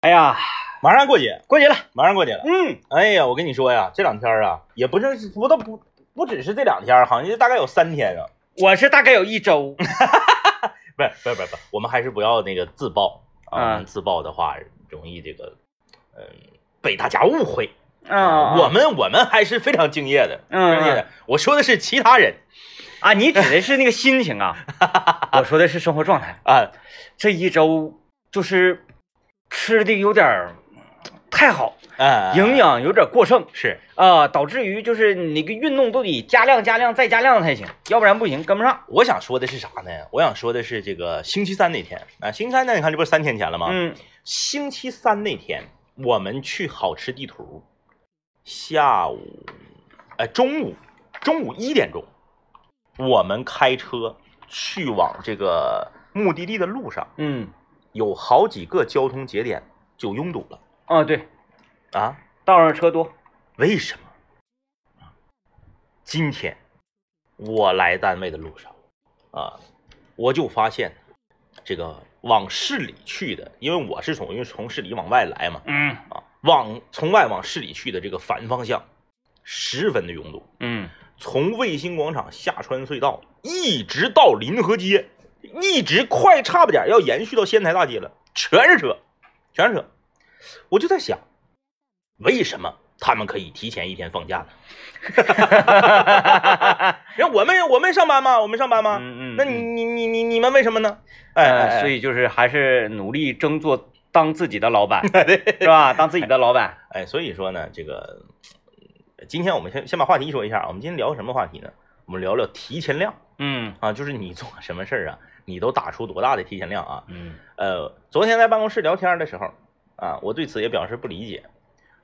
哎呀，马上过节，过节了，马上过节了。嗯，哎呀，我跟你说呀，这两天啊，也不是不都不不只是这两天，好像就大概有三天啊。我是大概有一周，不是不是不是不是，我们还是不要那个自爆啊，嗯自爆的话容易这个，嗯，被大家误会。啊，我们我们还是非常敬业的，嗯敬业的。我说的是其他人啊，你指的是那个心情 啊，我说的是生活状态。啊，这一周就是吃的有点儿太好，啊，营养有点过剩是啊、导致于就是你那个运动都得加量、加量再加量才行，要不然不行，跟不上。我想说的是啥呢？我想说的是这个星期三那天啊，星期三那你看这不是三天前了吗？嗯，星期三那天我们去好吃地图，下午，呃，中午，中午一点钟，我们开车去往这个目的地的路上，嗯，有好几个交通节点就拥堵了啊，对，啊！道上车多，为什么？啊今天我来单位的路上啊，我就发现这个往市里去的，因为我是从因为从市里往外来嘛，嗯啊，往从外往市里去的这个反方向，十分的拥堵。嗯，从卫星广场下穿隧道，一直到临河街，一直快差不点要延续到仙台大街了，全是车，全是车。我就在想，为什么他们可以提前一天放假呢？嗯 人我们我们上班吗？我们上班吗？嗯嗯，啊那你你你你你们为什么呢？哎哎呃，哎所以就是还是努力争做当自己的老板，是吧？当自己的老板，哎，所以说呢，这个嗯今天我们先先把话题说一下啊，我们今天聊什么话题呢？我们聊聊提前量嗯啊，就是你做什么事儿啊，你都打出多大的提前量啊？嗯呃，昨天在办公室聊天的时候啊，我对此也表示不理解。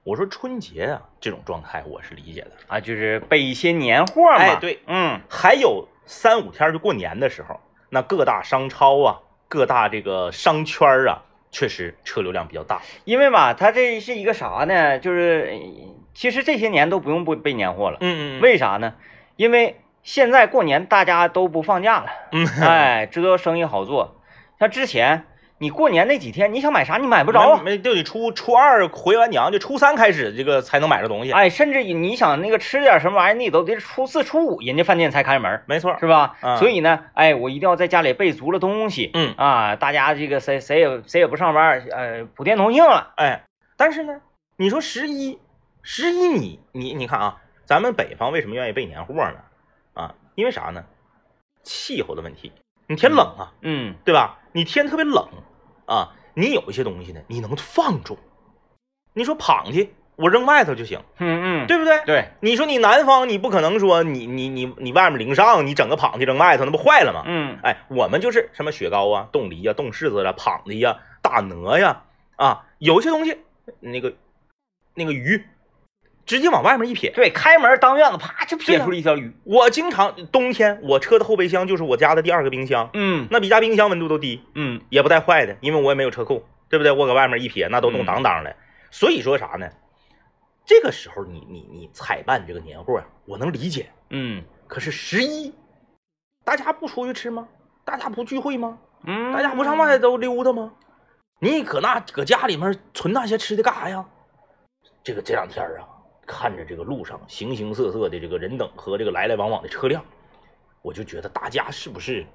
我说春节啊这种状态我是理解的，啊，就是备一些年货嘛，哎对，嗯还有三五天儿就过年的时候，那各大商超啊，各大这个商圈儿啊，确实车流量比较大。因为吧，它这是一个啥呢？就是呃其实这些年都不用备备年货了，嗯为为啥呢？因为现在过年大家都不放假了，嗯哎，这生意好做。像之前你过年那几天，你想买啥你买不不着啊，没就得初初二回完娘，就初三开始这个才能买着东西。哎，甚至你想那个吃点什么玩意儿，你都得初四初五人家饭店才开门。没错儿，是吧？嗯所以呢，哎，我一定要在家里备足了东西。嗯啊，大家这个谁谁也谁也不上班，呃，普天同庆了。哎，但是呢，你说十一，十一你你你看啊，咱们北方为什么愿意备年货呢？啊，因为啥呢？气候的问题，你天冷啊，嗯对吧？你天特别冷啊，你有一些东西呢，你能放纵。你说螃蟹，我扔外头就行，嗯嗯，对不对？对，你说你南方，你不可能说你你你你外面零上，你整个螃蟹扔外头，那不坏了吗？嗯哎，我们就是什么雪糕啊、冻梨呀、冻柿子啦、螃蟹呀、大鹅呀啊，有些东西那个那个鱼，直接往外面一撇。对，开门当院子，啪就对撇呀出了一条鱼。我经常冬天我车的后备箱就是我家的第二个冰箱，嗯那比家冰箱温度都低，嗯也不带坏的，因为我也没有车库，对不对？我搁外面一撇，那都冻嗯当当的。所以说啥呢？这个时候你你你采办这个年货啊，我能理解。嗯可是十一，大家不出去吃吗？大家不聚会吗？嗯，大家不上外头溜达吗？你搁那搁家里面存那些吃的干啥呀？这个这两天啊，看着这个路上形形色色的这个人等和这个来来往往的车辆，我就觉得大家是不是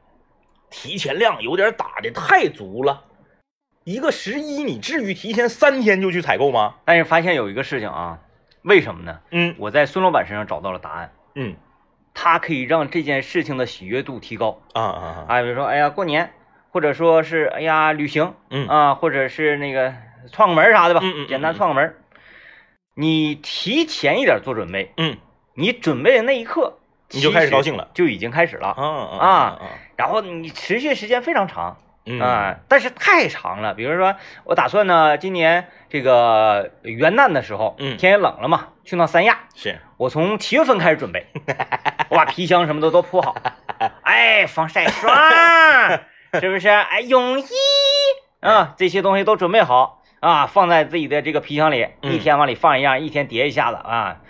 提前量有点打的太足了？一个十一，你至于提前三天就去采购吗？但是哎发现有一个事情啊，为什么呢？嗯我在孙老板身上找到了答案，嗯他可以让这件事情的喜悦度提高。啊啊啊！啊，比如说，哎呀，过年，或者说是哎呀旅行，嗯啊，或者是那个串个门儿啥的吧，嗯嗯嗯简单串个门儿。你提前一点做准备，嗯，你准备的那一刻，你就开始高兴了，就已经开始了。啊啊然后你持续时间非常长嗯啊、但是太长了。比如说，我打算呢，今年这个元旦的时候，嗯天也冷了嘛，去趟三亚，是我从七月份开始准备，我把皮箱什么的都铺好，哎，防晒霜是不是？哎，泳衣啊，这些东西都准备好啊，放在自己的这个皮箱里，嗯一天往里放一样，一天叠一下子啊。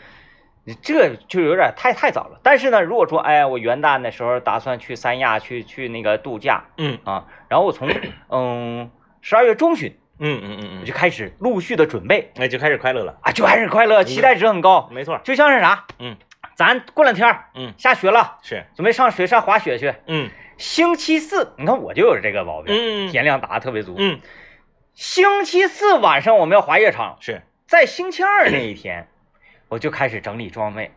这就有点太太早了，但是呢，如果说，哎，我元旦的时候打算去三亚去去那个度假嗯啊，然后我从嗯十二月中旬嗯嗯嗯我嗯，就开始陆续的准备哎，就开始快乐了，啊，就开始快乐，期待值很高，没错，就像是啥，嗯，咱过两天儿嗯下学了，是，准备上学上滑雪去，嗯星期四，你看我就有这个毛病，嗯天量打的特别足，嗯星期四晚上我们要滑夜场，是，在星期二那一天，我就开始整理装 备，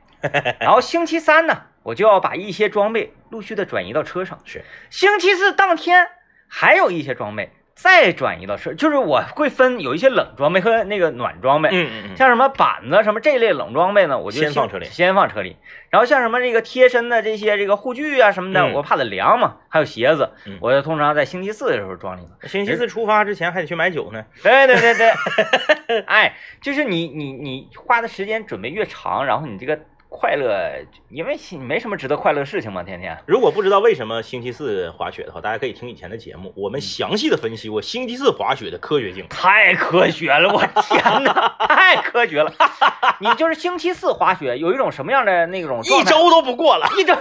然后星期三呢，我就要把一些装备陆续的转移到车上。是，星期四当天还有一些装备再转移到车，就是我会分有一些冷装备和那个暖装备，嗯嗯嗯，像什么板子什么这类冷装备呢，我就先放车里先放车里。然后像什么这个贴身的这些这个护具啊什么的，嗯我怕它凉嘛，还有鞋子，嗯我就通常在星期四的时候装里头。哎星期四出发之前还得去买酒呢，对对对对， 哎，就是你你你花的时间准备越长，然后你这个快乐，因为你没什么值得快乐的事情嘛，天天。如果不知道为什么星期四滑雪的话，大家可以听以前的节目，我们详细的分析过星期四滑雪的科学性。太科学了，我天 哪，太科学了！ 你就是星期四滑雪，有一种什么样的那种一状态？周都不过了，一周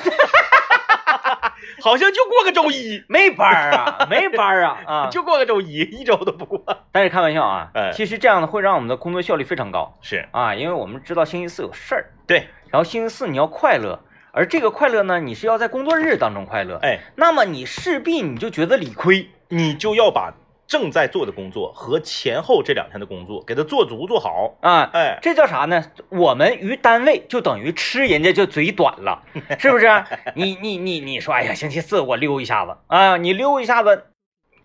好像就过个周一，没班儿啊，没班儿啊啊！ 就过个周一，一周都不过。但是开玩笑啊哎，其实这样的会让我们的工作效率非常高是啊，因为我们知道星期四有事儿，对，然后星期四你要快乐，而这个快乐呢，你是要在工作日当中快乐。哎，那么你势必你就觉得理亏，你就要把正在做的工作和前后这两天的工作给它做足做好。啊。哎，这叫啥呢？我们于单位就等于吃人家就嘴短了，是不是？你你你你说，哎呀，星期四我溜一下子啊，你溜一下子，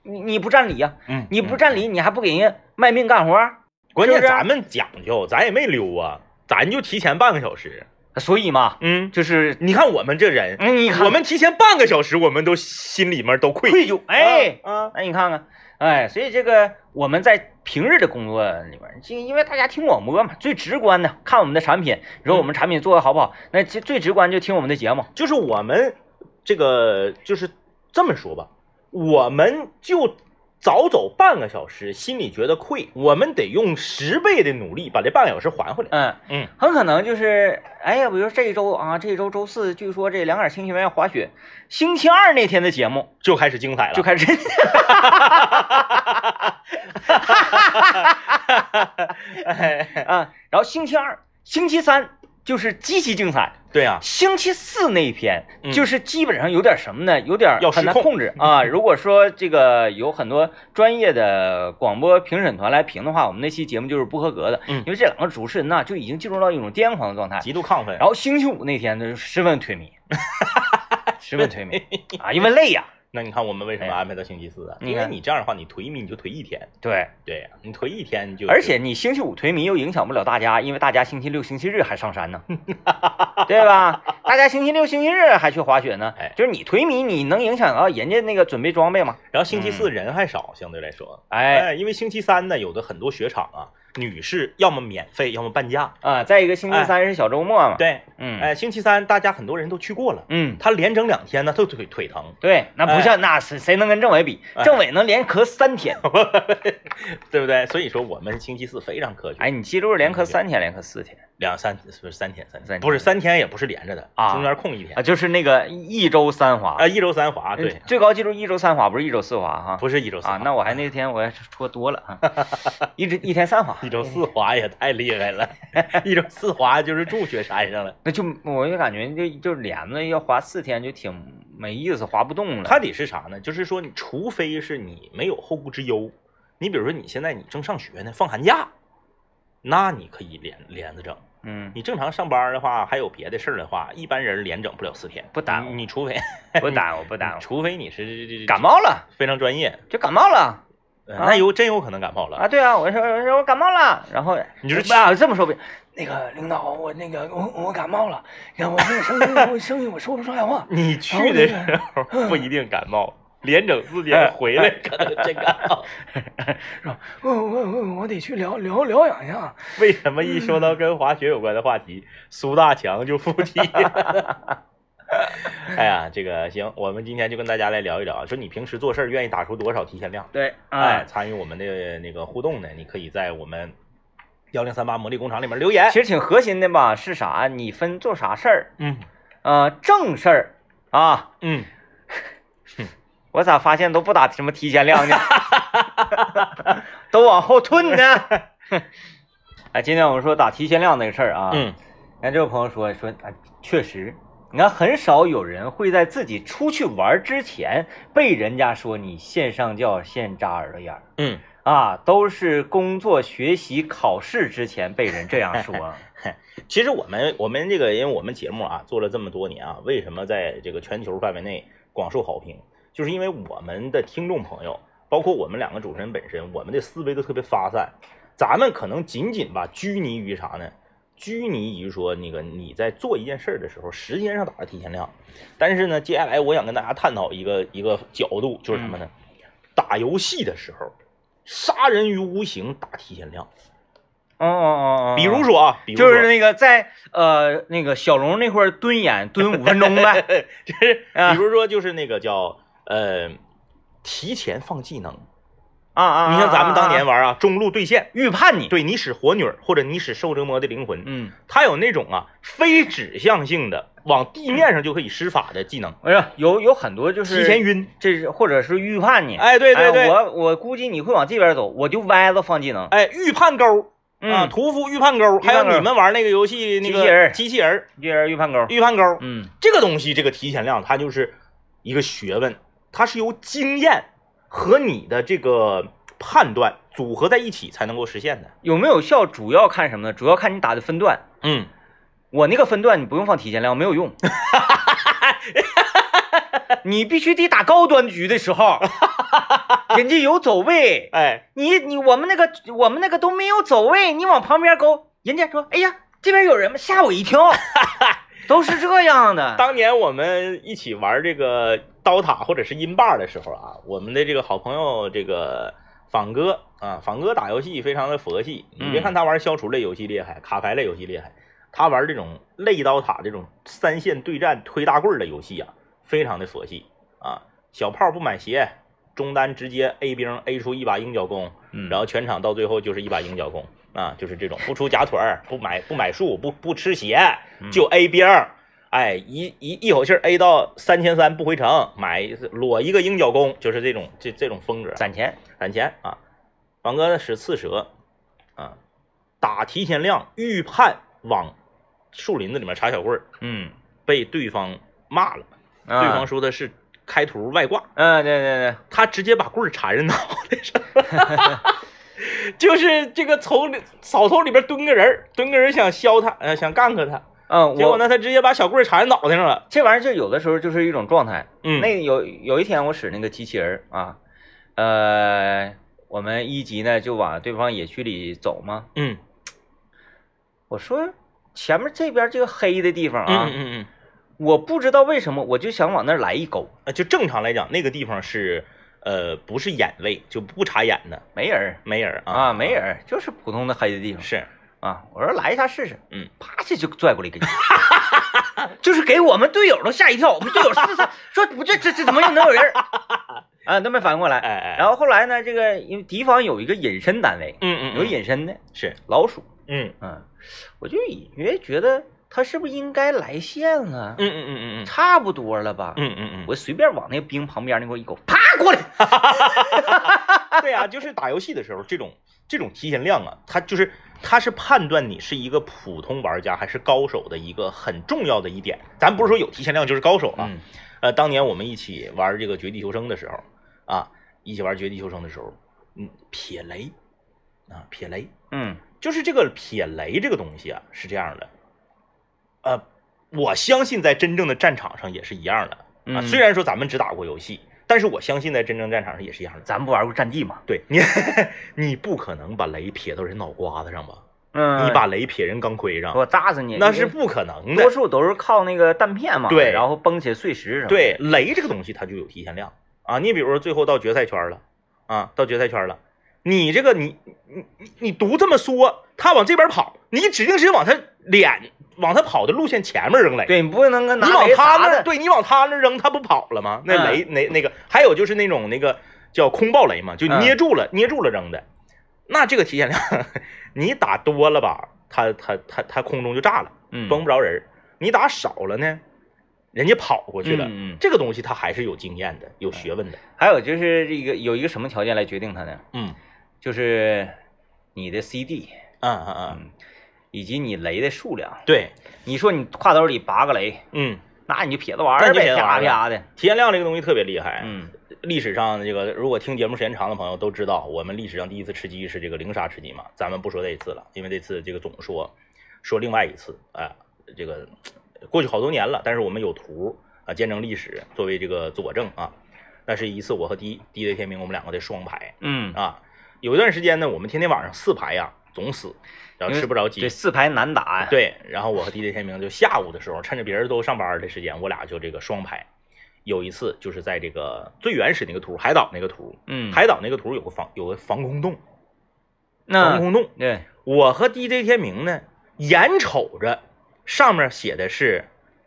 你你不占理呀、嗯你不占理，你还不给人家卖命干活儿，关是键不是咱们讲究，咱也没溜啊，咱就提前半个小时。所以嘛，嗯，就是你看我们这人，嗯你看我们提前半个小时，我们都心里面都愧。愧疚，哎，啊，那你看看，哎，所以这个我们在平日的工作里面，就因为大家听广播嘛，最直观的看我们的产品，你说我们产品做的好不好，那其实最直观就听我们的节目。就是我们这个就是这么说吧，我们就早走半个小时，心里觉得愧，我们得用十倍的努力把这半个小时还回来。嗯，嗯，很可能就是，哎呀，比如这一周啊，这一周周四，据说这两杆清泉要滑雪，星期二那天的节目就开始精彩了，就开始， 哎，啊，然后星期二、星期三就是极其精彩，对啊，星期四那一篇嗯就是基本上有点什么呢？有点要失很难控嗯控制啊。如果说这个有很多专业的广播评审团来评的话，我们那期节目就是不合格的，嗯因为这两个主持人呐就已经进入到一种癫狂的状态，极度亢奋，然后星期五那天呢，就十分颓靡， 十分颓靡啊，因为累呀、那你看我们为什么哎安排到星期四啊？你因为看你这样的话，你颓靡你就颓一天，对，对呀、你颓一天你就，而且你星期五颓靡又影响不了大家，因为大家星期六、星期日还上山 呢，对吧？大家星期六、星期日还去滑雪呢哎，就是你颓靡，你能影响到人家那个准备装备吗？然后星期四人还少，相对来说，嗯哎，因为星期三呢，有的很多雪场啊，女士要么免费，要么半价，啊，再一个星期三是小周末嘛，，哎对，嗯哎，星期三大家很多人都去过了，嗯，他连整两天呢，都腿腿疼， 对，那不像那谁谁能跟政委比？哎政委能连咳三 天，对不对？所以说我们星期四非常科学，哎，你记住连咳三天，连咳四天两三是不是三天三三天不是三天也不是连着的啊中间空一天啊，就是那个一周三滑哎啊，，一周三滑，对嗯，最高记住一周三滑，不是一周四滑哈。不是一周三啊，滑那我还那天我还说多了 啊，一直一天三滑，一周四滑也太厉 害了，一周四滑就是住雪山上了。那就我就感觉就就连着要滑四天就挺没意思，滑不 动了。它得是啥呢？就是说，你除非是你没有后顾之忧，你比如说你现在你正上学呢，放寒假，那你可以连连着整。嗯，你正常上班的话，还有别的事儿的话，一般人连整不了四天，不耽误你你除非不耽误不 耽误，除非你是这这感冒了非常专业，就感冒了呃啊那有真有可能感冒了。啊，对啊，我说我说我感冒了，然后你就是不啊这么说不行，那个领导，我那个我我感冒了，然后我这个声音我声音我说不出来话。啊你去的时候 不一定感冒，连整四哎天回来可能真感 冒。我我我我得去疗疗疗养一下。啊为什么一说到跟滑雪有关的话题，苏大强就附体？ 哎呀，这个行，我们今天就跟大家来聊一聊，说你平时做事儿愿意打出多少提前量？对，哎，哎，参与我们的那个互动呢，你可以在我们幺零三八魔力工厂里面留言其。实挺核心的吧，是啥？你分做啥事儿？嗯呃，正事儿啊，嗯，我咋发现都不打什么提前量呢？ 都往后退呢。 哎，今天我们说打提前量那个事儿啊，，嗯，那这位朋友说说啊，确实，你看很少有人会在自己出去玩之前被人家说你线上教现扎耳朵眼儿嗯，啊，都是工作、学习、考试之前被人这样 说。其实我们我们这个，因为我们节目啊做了这么多年啊，为什么在这个全球范围内广受好评，就是因为我们的听众朋友，包括我们两个主持人本身，我们的思维都特别发散。咱们可能仅仅吧拘泥于啥呢？拘泥于说那个你在做一件事儿的时候，时间上打了提前量。但是呢，接下来我想跟大家探讨一个一个角度，就是什么呢？嗯打游戏的时候，杀人于无形打提前量。嗯嗯嗯嗯，比如。说啊，比如说就是那个在呃那个小龙那块儿蹲演蹲五分钟呗， 就是 啊比如说就是那个叫呃，提前放技能。啊啊！你像咱们当年玩玩啊，中路对线，预判你，对你使火女儿或者你使受折磨的灵魂，嗯，它有那种啊非指向性的往地面上就可以施法的技能，哎呀，有有很多就是提前晕。这是或者是预判你，哎，对对对，哎我我估计你会往这边走，我就歪了放技能。哎，预判钩嗯，啊，屠夫预判钩，还有预判钩你们玩那个游戏那个机器人机器人儿这人预判勾。预判钩，嗯这个东西，这个提前量，它就是一个学问，它是由经验和你的这个判断组合在一起才能够实现的。，有没有效主要看什么呢？主要看你打的分段。嗯，我那个分段你不用放提前量，没有 用。你必须得打高端局的时候，人家有走位，哎，你你我们那个我们那个都没有走位，你往旁边勾，人家说，哎呀，这边有人吗？吓我一跳， 都是这样的。当年我们一起玩这个刀塔或者是音霸的时候啊，我们的这个好朋友这个仿哥啊，仿哥打游戏非常的佛系，你别嗯看他玩消除类游戏厉害，卡牌类游戏厉害，他玩这种类刀塔这种三线对战推大棍儿的游戏啊，非常的佛系啊，小炮不买鞋，中单直接 A 兵 A 出一把鹰角弓，嗯然后全场到最后就是一把鹰角弓啊，就是这种不出假腿儿，不买不买树，不不吃鞋，就 A 兵儿，哎，一一一口气儿 A 到三千三不回城，买裸一个鹰角弓，就是这种这这种风格，攒钱，攒钱啊。王哥使刺蛇啊，打提前量预判往树林子里面插小棍儿，嗯，被对方骂了，对对方，说的是开图外挂，嗯，对对对，他直接把棍儿缠人脑袋上， 就是这个从里草丛里边蹲个人儿，蹲个人想削他，呃，想干克他，嗯，结果我呢，他直接把小棍儿缠人脑袋上了。这玩意儿就有的时候就是一种状态。嗯，那有有一天我使那个机器人儿啊，呃，我们一级呢就往对方野区里走嘛。嗯我说前面这边这个黑的地方嗯啊，嗯嗯嗯我不知道为什么我就想往那儿来一勾，呃，就正常来讲，那个地方是呃不是眼位，就不查眼的，没人儿没人啊啊，没人儿，就是普通的黑的地方是，啊。我说来一下试试，嗯，啪这就拽过来一个。 就是给我们队友都吓一跳，我们队友四散说：“不，这这这怎么又能有人儿？”啊，都没反应过来。哎哎，然后后来呢，这个因为敌方有一个隐身单位，嗯嗯有隐身的是，老鼠，嗯嗯，我就隐约觉得他是不是应该来线了嗯？嗯嗯嗯差不多了吧？嗯嗯嗯我随便往那个冰旁边那块一勾，啪过来。嗯， 对啊，就是打游戏的时候，这种这种提前量啊，它就是它是判断你是一个普通玩家还是高手的一个很重要的一点。咱不是说有提前量就是高手啊，嗯呃，当年我们一起玩这个绝地求生的时候啊，一起玩绝地求生的时候，嗯，撇雷啊，撇雷，嗯就是这个撇雷这个东西啊，是这样的，呃，我相信在真正的战场上也是一样的啊。嗯虽然说咱们只打过游戏，但是我相信在真正战场上也是一样的。咱们不玩过战地吗？ 对你，你不可能把雷撇到人脑瓜子上吧？嗯你把雷撇人钢盔上，我炸死你，那是不可能多的。数都是靠那个弹片嘛，对然后崩起碎石什么。，对，雷这个东西它就有提前量啊。你比如说最后到决赛圈了啊，到决赛圈了，你这个你你你你独这么说，他往这边跑，你指定是往他脸往他跑的路线前面扔雷。对你不能跟拿你往雷他砸那儿，的，嗯对你往他那儿扔，他不跑了吗？那雷、那那个，还有就是那种那个叫空爆雷嘛，就嗯捏住了、捏住了扔的，那这个提前量， 你打多了吧，他他他他空中就炸了，嗯崩不着人儿；你打少了呢，人家跑过去了。嗯嗯这个东西它还是有经验的，有学问的。还有就是这个有一个什么条件来决定它呢？嗯就是你的 CD，嗯嗯嗯，嗯，以及你雷的数量。对，你说你挎兜里拔个雷，嗯，那你就撇着玩那儿你就撇呗，着玩啪儿呗哎啪的。体验量这个东西特别厉害。嗯，历史上这个，如果听节目时间长的朋友都知道，我们历史上第一次吃鸡是这个零杀吃鸡嘛。咱们不说这一次了，因为这次这个总说说另外一次，哎、这个呃过去好多年了，但是我们有图啊，见证历史作为这个佐证啊。那是一次我和 D D J 天明我们两个的双排嗯，啊。有一段时间呢，我们天天晚上四排呀、总死，然后吃不着鸡这，四排难打呀。，啊对，然后我和 DJ 天明就下午的时候，趁着别人都上班的时间，我俩就这个双排。有一次就是在这个最原始那个图，海岛那个图，嗯，海岛那个图有个防有个防空洞，那防空洞。对，我和 DJ 天明呢，眼瞅着上面写的是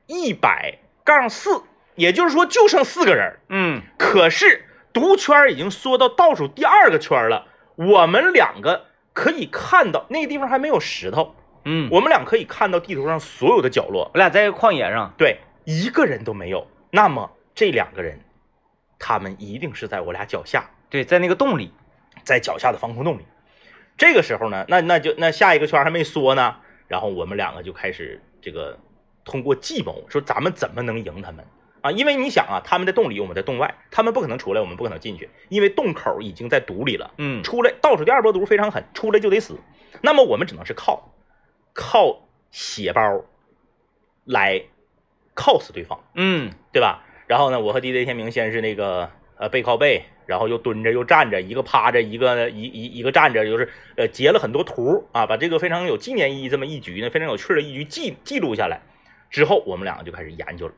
一百杠四，也就是说就剩四个人儿，嗯，可是毒圈儿已经缩到倒数第二个圈儿了。我们两个可以看到那个地方还没有石头，嗯，我们俩可以看到地图上所有的角落。我俩在旷野上，对，一个人都没有。那么这两个人，他们一定是在我俩脚下，对，在那个洞里，在脚下的防空洞里。这个时候呢，那那就那下一个圈还没缩呢，然后我们两个就开始这个通过计谋，说咱们怎么能赢他们啊？因为你想啊，他们在洞里，我们在洞外，他们不可能出来，我们不可能进去，因为洞口已经在毒里了。嗯，出来倒数第二波毒非常狠，出来就得死。那么我们只能是靠靠血包来 cos 对方，嗯，对吧？然后呢，我和 DJ 天明先是那个呃背靠背，然后又蹲着又站着，一个趴着，一个一一一个站着，就是呃截了很多图啊，把这个非常有纪念意义这么一局呢，非常有趣的一局记记录下来。之后我们两个就开始研究了。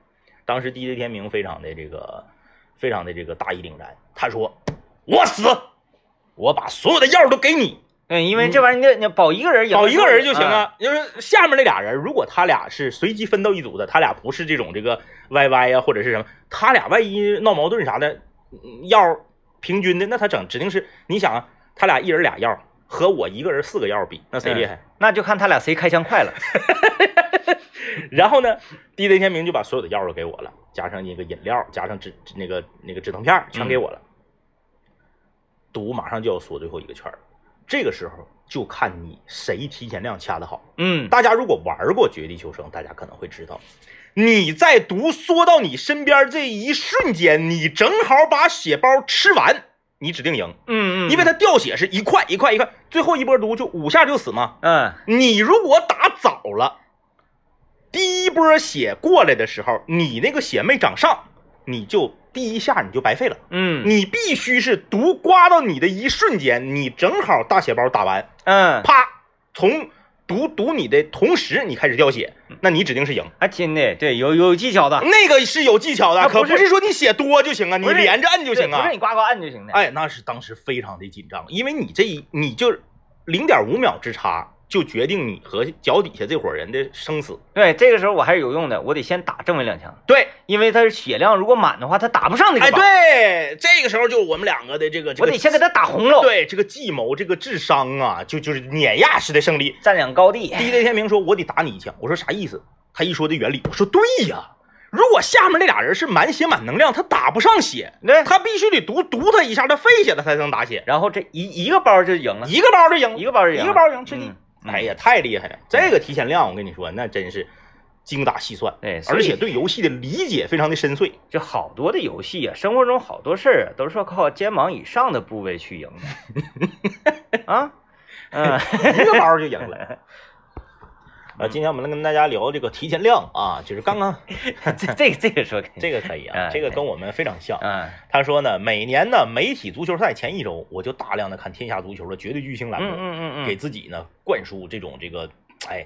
当时 DJ 天明非常的这个非常的这个大义凛然，他说：“我死，我把所有的药都给你，对，因为这玩意儿你你保一个人赢，嗯保一个人就行。啊。因为下面那俩人，如果他俩是随机分到一组的，他俩不是这种这个 YY 呀、或者是什么，他俩万一闹矛盾啥的，嗯药平均的，那他整指定是你想啊，他俩一人俩药和我一个人四个药比，那谁厉害？那就看他俩谁开枪快了。 然后呢，DJ 天明就把所有的药都给我了，加上那个饮料，加上止止那个那个止疼片儿全给我了。毒马上就要缩最后一个圈儿，这个时候就看你谁提前量掐的好。嗯，大家如果玩过《绝地求生》，大家可能会知道，你在毒缩到你身边这一瞬间，你正好把血包吃完，你指定赢，嗯嗯，因为它掉血是一块一块一块，最后一波毒就五下就死嘛。嗯，你如果打早了，第一波血过来的时候，你那个血没涨上，你就第一下你就白费了。嗯嗯你必须是毒刮到你的一瞬间，你正好大血包打完，嗯，啪，从读读你的同时，你开始掉血，嗯那你指定是赢。还真的对，有有技巧的，那个是有技巧的，啊可不是不是说你血多就行啊，你不是连着摁就行对不啊是。你呱呱按就行的。哎，那是当时非常的紧张，因为你这一你就零点五秒之差就决定你和脚底下这伙人的生死。对，这个时候我还是有用的，我得先打正文两枪，对，因为他是血量如果满的话，他打不上那哎，个靶。对，这个时候就我们两个的这个这我个得先给他打红了，对这个计谋这个智商啊，就就是碾压式的胜利。占领高地。 DJ 天明说：“我得打你一枪。”我说：“啥意思？”他一说的原理，我说：“对呀，如果下面那俩人是满血满能量，他打不上血，对，他必须得毒毒他一下，他费血他才能打血，然后这一一个包就赢了，一个包就赢，一个包就赢了，一个包赢吃鸡嗯。嗯哎呀，太厉害了！这个提前量，我跟你说，那真是精打细算，对，哎所而以且对游戏的理解非常的深 邃。就好多的游戏啊，生活中好多事儿啊，都是要靠肩膀以上的部位去赢 的啊。嗯，一个包就赢 了。”啊，今天我们跟大家聊这个提前量啊，就是刚刚这这个这个说可以，这个可以啊，哎这个跟我们非常像。嗯他说呢，每年呢媒体足球赛前一周，我就大量的看《天下足球》的绝对巨星栏嗯目，嗯嗯给嗯，自己呢灌输这种这个，哎，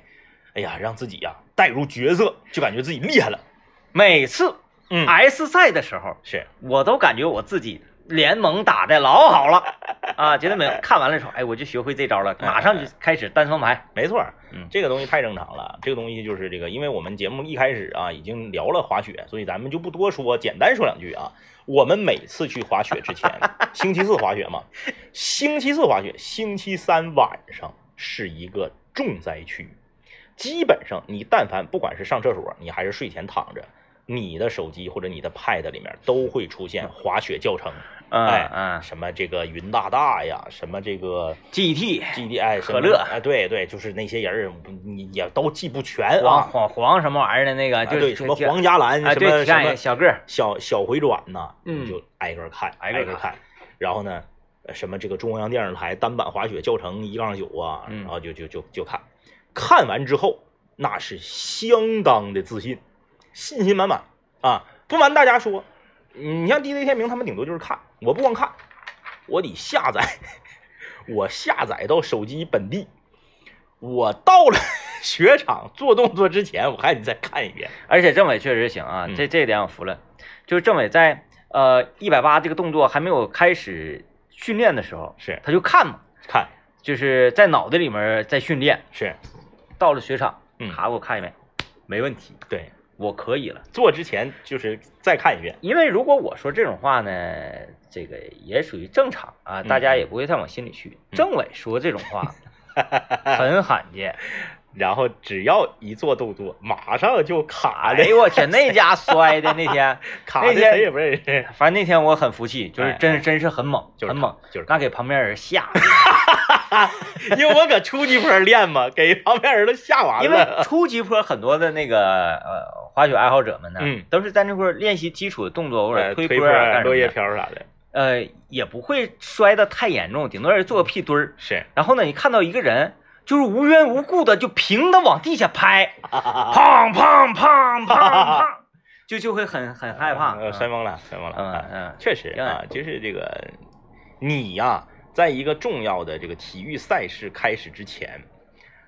哎呀，让自己呀、带入角色，就感觉自己厉害了。每次嗯 S 赛的时候，是，我都感觉我自己联盟打的老好了啊，觉得没有看完了之后，哎，我就学会这招了，马上哎就开始单双排。没错儿嗯，这个东西太正常了。这个东西就是这个，因为我们节目一开始啊已经聊了滑雪，所以咱们就不多说，简单说两句啊。我们每次去滑雪之前，星期四滑雪 嘛，星期四滑雪，星期三晚上是一个重灾区。基本上你但凡不管是上厕所，你还是睡前躺着，你的手机或者你的 Pad 里面都会出现滑雪教程。嗯哎嗯什么这个云大大呀，什么这个，GT G D 哎，什么可乐哎，对对，就是那些人儿不你也都记不全黄啊，黄黄什么玩意儿的那个，啊就对是什么黄加兰，啊，什么对，什看么小个儿，小小回转呐，嗯你就挨个儿看，挨挨个儿儿看。然后呢，呃什么这个中央电视台单板滑雪教程一杠九啊，嗯然后就就就就看，看完之后那是相当的自信，信心满满啊！不瞒大家说，你像 DJ 天明他们顶多就是看，我不光看，我得下载， 我下载到手机本地，我到了 雪场做动作之前，我还得再看一遍。而且政委确实行啊，嗯这这点我服了。就是政委在呃一百八这个动作还没有开始训练的时候，是他就看嘛，看就是在脑袋里面在训练。是，到了雪场，嗯卡给我看一遍，没问题，对。我可以了。做之前就是再看一遍。因为如果我说这种话呢，这个也属于正常啊，嗯大家也不会太往心里去。嗯政委说这种 话很罕见，然后只要一做动作，马上就卡哎的，呦我天，那 家摔的那天，卡的那天谁也不认识。反正那天我很服气，就是哎真真是很猛，就是很猛，卡就是卡那给旁边人吓 的。 因为我搁初级坡练嘛，给旁边人都吓完因为 了。初级坡很多的那个呃滑雪爱好者们呢，嗯都是在那块儿练习基础的动作或者 推坡坡啊干啊、什落么叶的，飘啥的，呃，也不会摔得太严重，顶多是做个屁墩儿。是然后呢，你看到一个人就是无缘无故的就平的往地下 拍，砰砰砰砰 砰，就就会很很害怕。呃摔懵了，摔懵了。嗯啊嗯确实另啊外，就是这个你呀、在一个重要的这个体育赛事开始之前，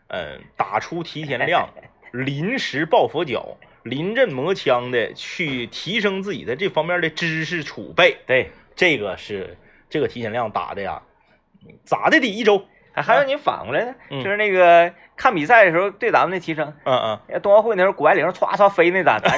嗯，打出提前量，临时抱佛脚，临阵磨枪的去提升自己的这方面的知识储备，对，这个是这个提前量打的呀，咋的得一周，还还有你反过来呢，啊嗯就是那个看比赛的时候对咱们的提升，哎嗯嗯冬奥会那时候谷爱凌歘歘飞那咋 咱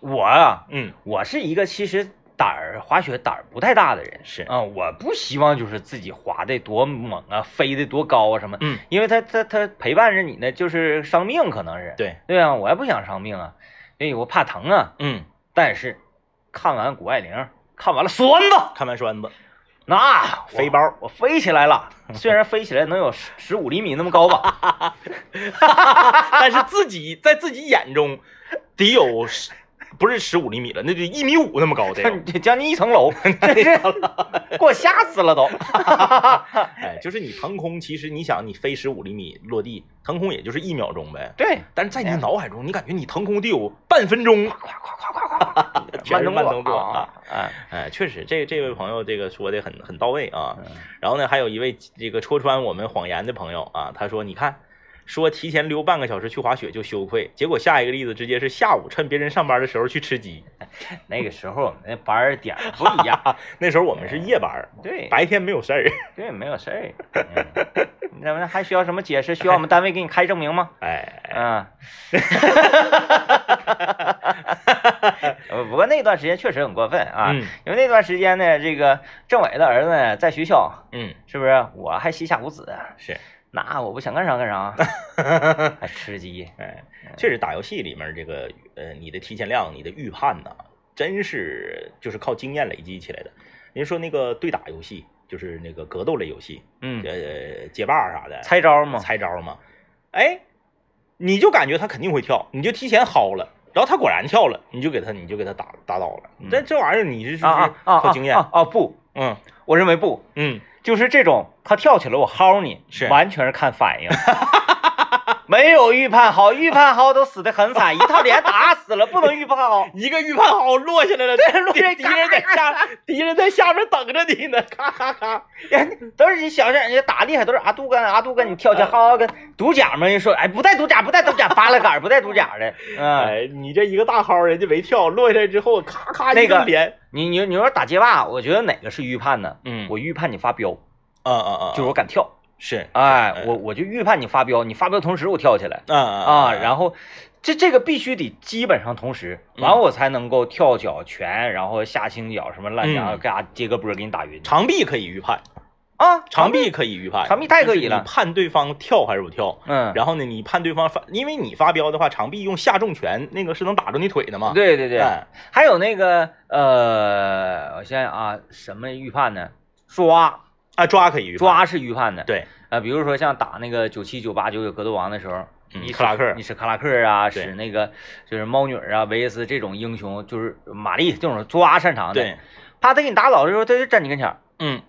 我啊。嗯，我是一个其实胆儿滑雪胆儿不太大的人是，啊、我不希望就是自己滑的多猛啊，飞的多高啊什么，嗯，因为他他他陪伴着你呢，就是伤病可能是，对，对啊，我也不想伤病啊，所以我怕疼啊。嗯，但是看完谷爱凌，看完了栓子，看完栓子，那飞包包我飞起来了，虽然飞起来能有十五厘米那么高吧，但是自己在自己眼中得有十，不是十五厘米了，那就一米五那么高的。 将近一层 楼，真是 给我吓死了都。哎，就是你腾空，其实你想你飞十五厘米落地，腾空也就是一秒钟呗。 对，但是在你脑海中，你感觉你腾空得有半分钟，全慢动 是慢作动作啊！！啊，哎，确实，这这位朋友这个说的很很到位啊。嗯然后呢，还有一位这个戳穿我们谎言的朋友啊，他说：“你看，说提前溜半个小时去滑雪就羞愧，结果下一个例子直接是下午趁别人上班的时候去吃鸡。那个时候我们那班儿点儿不一 样，那时候我们是夜班儿，对，白天没有事儿。 对，没有事儿。嗯你怎么还需要什么解释？需要我们单位给你开证明吗？哎，嗯， 呃 不过那段时间确实很过分啊，嗯因为那段时间呢，这个政委的儿子呢在学校，嗯，是不是？我还膝下无子，是，那我不想干啥干啥， 还吃鸡，哎，确实打游戏里面这个呃，你的提前量、你的预判呐、真是就是靠经验累积起来的。您说那个对打游戏，就是那个格斗类游戏，嗯，呃，街霸啥的，猜招嘛，猜招嘛。哎，你就感觉他肯定会跳，你就提前薅了，然后他果然跳了，你就给他，你就给他打打倒了。嗯这这玩意儿你是是啊啊啊啊靠经验，啊啊不，嗯我认为不，嗯，就是这种，他跳起来我薅你，是完全是看反应， 没有预判好，预判好都死的很惨，一套连打死了，不能预判好。一个预判好落下来了， 对，落下来敌人在下，敌人在下面等着你呢，咔咔咔。人都是你小人，人家打厉害都是阿杜干阿杜干，你跳呃起来薅薅跟独甲嘛，人说哎不带独甲不带独甲，扒拉杆儿不带独甲的，嗯， 哎，你这一个大薅，人家没跳，落下来之后，咔咔那一个顿连。你你你说打街霸，我觉得哪个是预判呢？嗯我预判你发飙，啊啊啊，就是我敢跳，是哎嗯，我我就预判你发飙，你发飙同时我跳起来。啊啊啊，后然后这这个必须得基本上同时，嗯完我才能够跳脚拳，然后下倾角什么乱嗯然后嘎接个波给你打晕长臂可以预判，啊，长臂可以预判，长臂太可以了就是你判对方跳还是不跳，嗯，然后呢，你判对方发，因为你发镖的话，长臂用下重拳那个是能打中你腿的嘛？对对对，哎还有那个呃，我想想啊，什么预判呢？抓啊，抓可以预判，抓是预判的，对，呃，比如说像打那个九七、九八、九九格斗王的时候，嗯你克拉克使你使克拉克啊，对使那个就是猫女儿啊、维斯这种英雄，就是玛丽这种抓擅长的，，对，啪，他给你打倒的时候，他就站你跟前儿。嗯，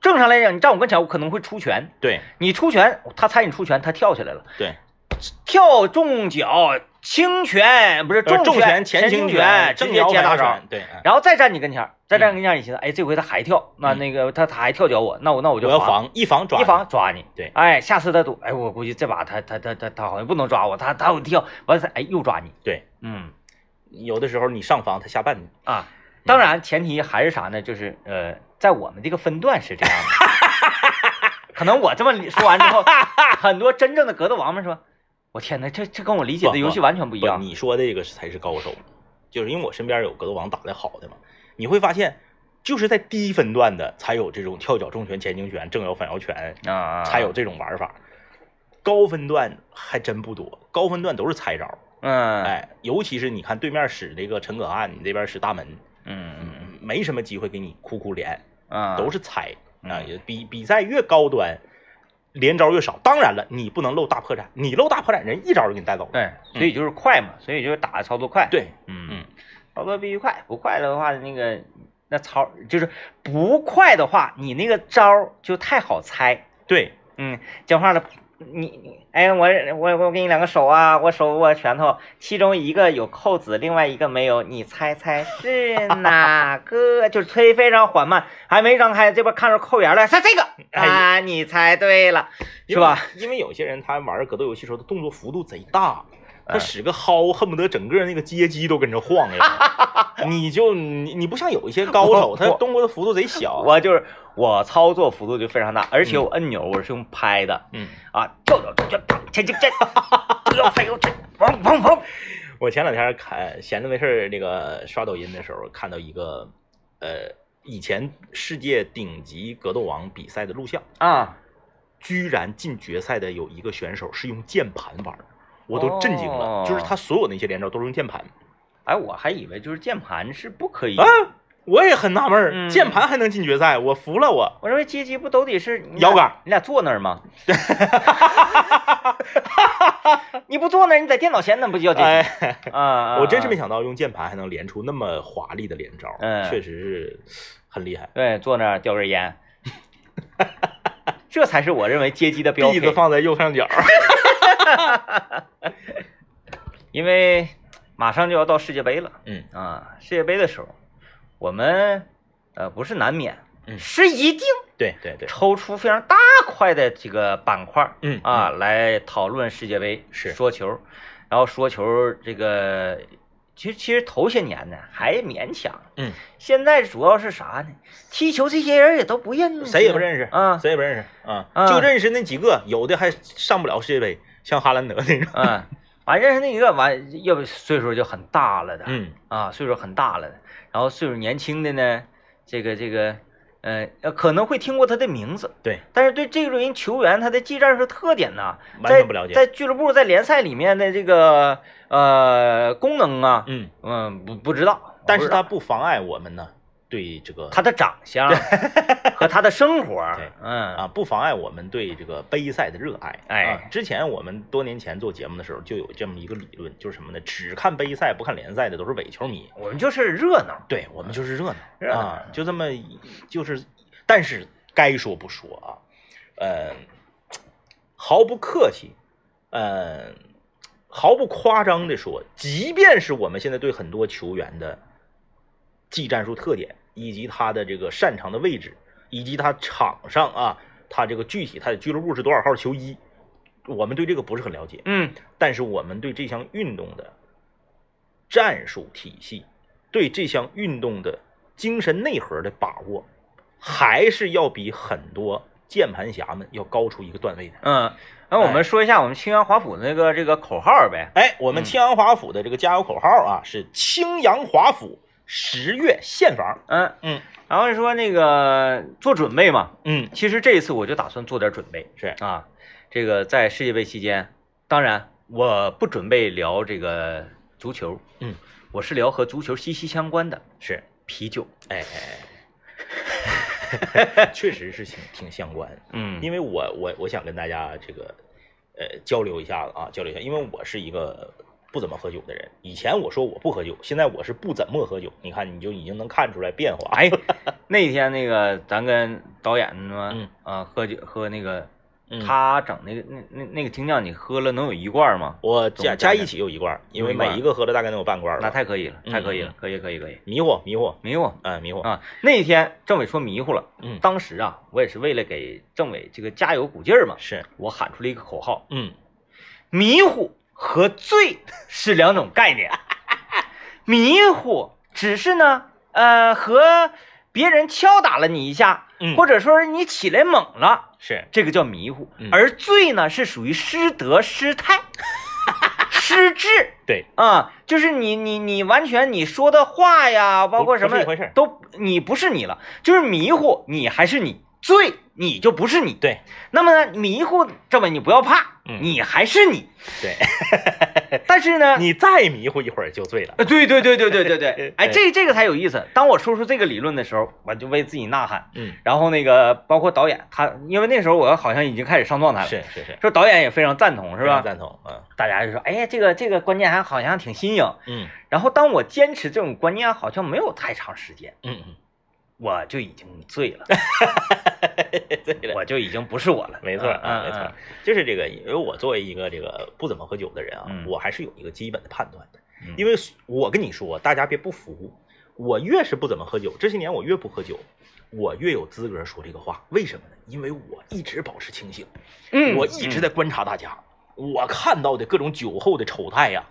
正常来讲，你站我跟前儿，我可能会出拳，对你出拳，他猜你出拳，他跳起来了，对，跳中脚轻拳不是呃重重拳前轻轻拳，直正接摇接反大摇招拳，，对，哎然后再站你跟前儿，再嗯站跟前儿，你寻思，哎，这回他还跳，那那个他他还跳脚我，那我那我就我要防一防抓一防抓你，对哎，下次他躲，哎，我估计这把他他他他他好像不能抓我，他他有跳，完了他哎又抓你，对，嗯有的时候你上防他下绊你，啊，当然前提还是啥呢？就是呃，在我们这个分段是这样的， 可能我这么说完 之后，很多真正的格斗王们说，我天哪，这这跟我理解的游戏完全不一不样，你说这个是才是高手，就是因为我身边有格斗王打得好的嘛，你会发现就是在低分段的才有这种跳脚重拳、前倾拳、正摇反摇拳，啊，才有这种玩法。高分段还真不多，高分段都是猜招。嗯，哎，尤其是你看对面使这个陈可汗，你这边使大门，嗯嗯嗯，没什么机会给你哭哭脸，啊，嗯都是猜啊。嗯也比比赛越高端，连招越少。当然了，你不能露大破绽，你露大破绽，人一招就给你带走了。对，所以就是快嘛，所以就是打的操作快，嗯对，嗯嗯，操作必须快，不快的话，那个那操就是不快的话，你那个招儿就太好猜。对，嗯，讲话了，你你哎，我我我给你两个手啊，我手我拳头，其中一个有扣子，另外一个没有，你猜猜是哪个？ 就是推非常缓慢，还没张开，这边看着扣眼了，是这个啊，你猜对了，是吧？？因为有些人他玩格斗游戏时候，他动作幅度贼大，他嗯使个薅，恨不得整个那个街机都跟着晃呀。 你就你你不像有一些高手，我他动作的幅度贼小。我就是我操作幅度就非常大，而且我按钮我是用拍的。嗯，啊，跳跳中拳，啪，前进前，右飞右拳，砰砰砰，我前两天看闲着没事儿，那个刷抖音的时候看到一个，呃，以前世界顶级格斗王比赛的录像，啊，居然进决赛的有一个选手是用键盘玩儿，我都震惊了。哦就是他所有那些连招都是用键盘哎，我还以为就是键盘是不可以，啊，我也很纳闷儿，嗯键盘还能进决赛，我服了我。我认为街机不都得是你俩摇杆，你俩坐那儿 吗？你不坐那儿，你在电脑前那不叫街机哎，啊 啊？我真是没想，想到用键盘还能连出那么华丽的连招，嗯确实是很厉害。对，坐那儿叼根烟，这才是我认为街机的标篦子配，放在右 上角，因为马上就要到世界杯了。嗯啊，世界杯的时候，我们呃不是难免，嗯是一定对对 对，抽出非常大块的这个板块儿嗯啊，来讨论世界杯，是说球，然后说球这个，其实其实头些年呢还勉强，嗯，现在主要是啥呢？踢球这些人也都不认识，谁也不认识啊，谁也不认识啊，啊就认识那几个，有的还上不了世界杯，像哈兰德那种。嗯，完认识那一个完，要不岁数就很大了的，嗯，啊，岁数很大了的，然后岁数年轻的呢，这个这个，呃，呃可能会听过他的名字，对，但是对这种人球员他的技战术特点呢，完全不了解在在俱乐部在联赛里面的这个呃功能啊，嗯，嗯，不不知道，但是不知道它不妨碍我们呢，对这个他的长相和他的生活 对，嗯啊，不妨碍我们对这个杯赛的热爱。哎啊之前我们多年前做节目的时候就有这么一个理论，就是什么呢？只看杯赛不看联赛的都是伪球迷。我们就是热闹，对我们就是热热闹闹啊，就这么一就是，但是该说不说啊，呃，毫不客气，呃，毫不夸张的说，即便是我们现在对很多球员的技战术特点，以及他的这个擅长的位置，以及他场上啊，他这个具体他的俱乐部是多少号球衣，我们对这个不是很了解，嗯但是我们对这项运动的战术体系，对这项运动的精神内核的把握，还是要比很多键盘侠们要高出一个段位的。嗯，那我哎们说一下我们青阳华府那个这个口号呗，哎，我们青阳华府的这个加油口号啊，是青阳华府十月现房。嗯嗯，然后说那个做准备嘛，嗯其实这一次我就打算做点准备，是啊，这个在世界杯期间，当然我不准备聊这个足球，嗯，我是聊和足球息息相关的是，啤酒，哎哎哎， 确实是挺挺相关的。嗯因为我我我想跟大家这个呃交流一下子啊，交流一下，因为我是一个不怎么喝酒的人。以前我说我不喝酒，现在我是不怎么喝酒。你看，你就已经能看出来变化。 哎，那天那个咱跟导演嘛，嗯啊，喝酒喝那个，嗯他整那个那那那个精酿，你喝了能有一罐吗？我总加加加起一来起有一罐儿，因有为一罐每儿一个喝了大概能有半罐儿那了。太可以了，嗯太可以了嗯，可以可以可以，迷惑迷惑，迷糊嗯，迷惑，啊！那天政委说迷糊了，嗯，当时啊，我也是为了给政委这个加油鼓劲儿嘛，是，我喊出了一个口号：嗯，迷糊和醉是两种概念。迷糊只是呢，呃，和别人敲打了你一下，嗯或者说是你起来猛了。是，这个叫迷糊嗯，而醉呢是属于失德、失 态、失智对，啊，就是你你你完全你说的话呀，包括什不么是一回事儿都你不是你了，就是迷糊，你还是你。醉，你就不是你。对，那么呢，迷糊这么你不要怕，嗯你还是你。对， 但是呢，你再迷糊一会儿就醉 了。，呃对对对对对对对哎，对这这个才有意思。当我说出这个理论的时候，我就为自己呐喊。嗯，然后那个包括导演他，因为那时候我好像已经开始上状态了，是是是，说导演也非常赞同，是非常吧？赞同，嗯大家就说，哎呀，这个这个观念还好像挺新颖。嗯然后当我坚持这种观念好像没有太长时间，嗯嗯， 我就已经醉了，醉了。我就已经不是我了。没错儿，嗯没错嗯儿，就是这个，因为我作为一个这个不怎么喝酒的人啊，嗯我还是有一个基本的判断的嗯。因为我跟你说，大家别不服，我越是不怎么喝酒，这些年我越不喝酒，我越有资格说这个话。为什么呢？因为我一直保持清醒，嗯，我一直在观察大家，我看到的各种酒后的丑态呀、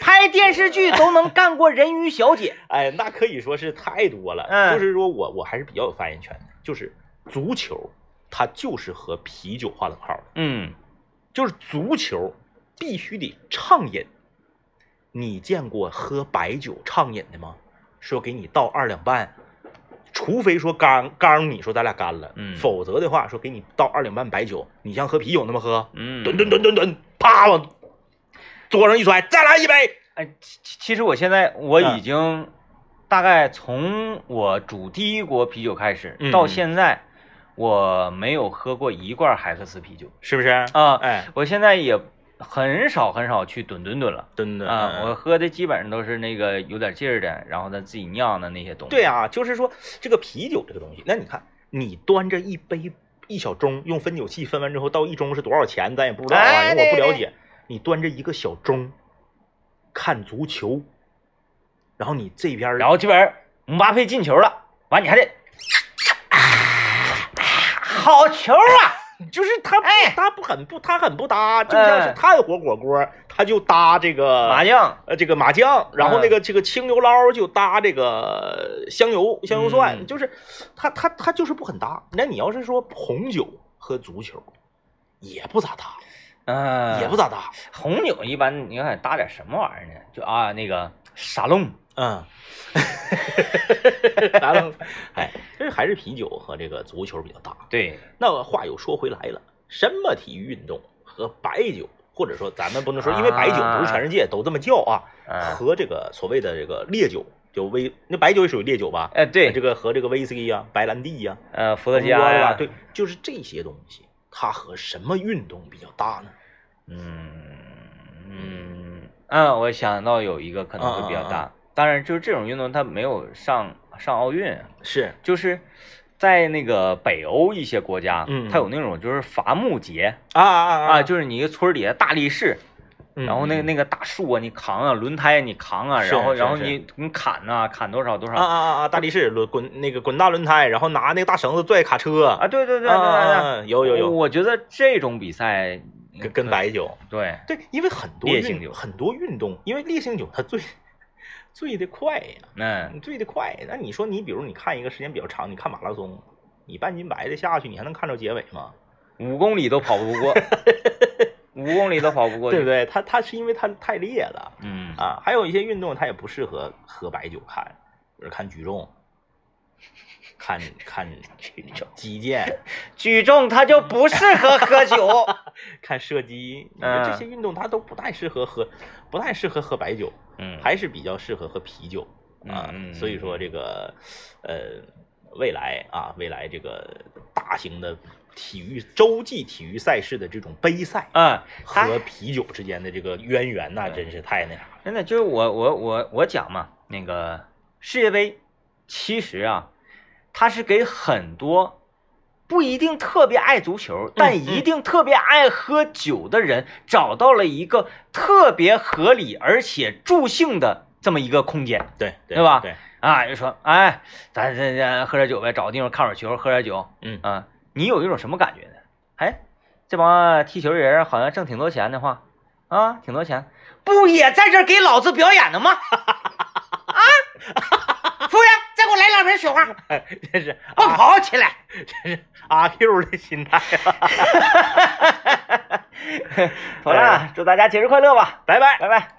拍电视剧都能干过人鱼小姐。哎，那可以说是太多了。嗯就是说我我还是比较有发言权的，就是足球，它就是和啤酒划等号的。嗯，就是足球必须得畅饮。你见过喝白酒畅饮的吗？说给你倒二两半，除非说刚刚你说咱俩干了，嗯否则的话说给你倒二两半白酒，你像喝啤酒那么喝，嗯吨吨吨吨吨，啪往桌上一摔，再来一杯。哎，其其其实我现在我嗯已经大概从我煮第一锅啤酒开始嗯到嗯现在，我没有喝过一罐海克斯啤酒是不是？啊。哎，我现在也很少很少去吨吨吨了。吨吨啊，嗯我喝的基本上都是那个有点劲儿的，然后咱自己酿的那些东西。对啊，就是说这个啤酒这个东西，那你看你端着一杯一小盅，用分酒器分完之后到一盅是多少钱，咱也不知道啊，哎因为我不对了对解。你端着一个小盅看足球，然后你这边儿然后基本上姆巴佩进球了，完你还得，啊好球啊！就是他不哎他不很不他很不搭，就像是嗯炭火火锅，他就搭这个麻将，呃，这个麻酱，然后嗯那个这个青牛捞就搭这个香油香油蒜，嗯就是它它它就是不很搭。那你要是说红酒和足球，也不咋搭，嗯、也不咋搭。红酒一般你看搭点什么玩意儿呢？就啊那个沙龙， 嗯，咱们哎，这还是啤酒和这个足球比较搭。对，那话又说回来了，什么体育运动和白酒，或者说咱们不能说，因为白酒不是全世界都这么叫啊，啊和这个所谓的这个烈酒，就威那白酒也属于烈酒吧？哎对，这个和这个威士忌呀、白兰地呀、呃伏伏特特加加呀，呀，对，就是这些东西，它和什么运动比较搭呢？嗯嗯嗯，我想到有一个可能会比较大，嗯当然就是这种运动它没有上上奥运，是，就是在那个北欧一些国家，嗯它有那种就是伐木节啊啊啊，就是你一个村儿底下大力士，嗯然后那个那个大树啊，你扛啊，轮胎啊你扛啊，是然后是然后是你你砍呐、砍多少多啊少啊啊啊，大力士轮滚那个滚大轮胎，然后拿那个大绳子拽卡车，啊，对对对对对对，啊，有有有，哦我觉得这种比赛跟跟白酒，对，对，因为很多烈运性酒很多运动，因为烈性酒它 醉醉的快呀，嗯你醉的快。那你说你比如你看一个时间比较长，你看马拉松，你半斤白的下去，你还能看着结尾吗？五公里都跑不 过，五公里都跑不过去，对不对？它它是因为它太烈了。嗯啊，还有一些运动它也不适合喝白酒看，看举重， 看看举重、击剑，举重它就不适合喝酒。看射击，你说这嗯些运动它都不太适合喝，不太适合喝白酒， 嗯还是比较适合喝啤酒啊嗯嗯。嗯所以说这个，呃，未来啊，未来这个大型的体育洲际体育赛事的这种杯赛嗯，它和啤酒之间的这个渊源呐，嗯真是太那啥了。真的就是我我我我讲嘛，那个世界杯，其实啊，它是给很多不一定特别爱足球，但一定特别爱喝酒的人、找到了一个特别合理而且助兴的这么一个空间对对对吧对， 啊。就说，哎，咱咱咱喝点酒呗，找个地方看会儿球，喝点酒嗯啊。你有一种什么感觉呢？哎，这帮踢球的人好像挣挺多钱的话，啊，挺多钱，不也在这儿给老子表演 呢吗？啊，服务员，再给我来两瓶雪花，这是啊奔跑起来。这是阿 Q 的心态啊！ 好了，祝大家节日快乐吧，拜拜。拜拜。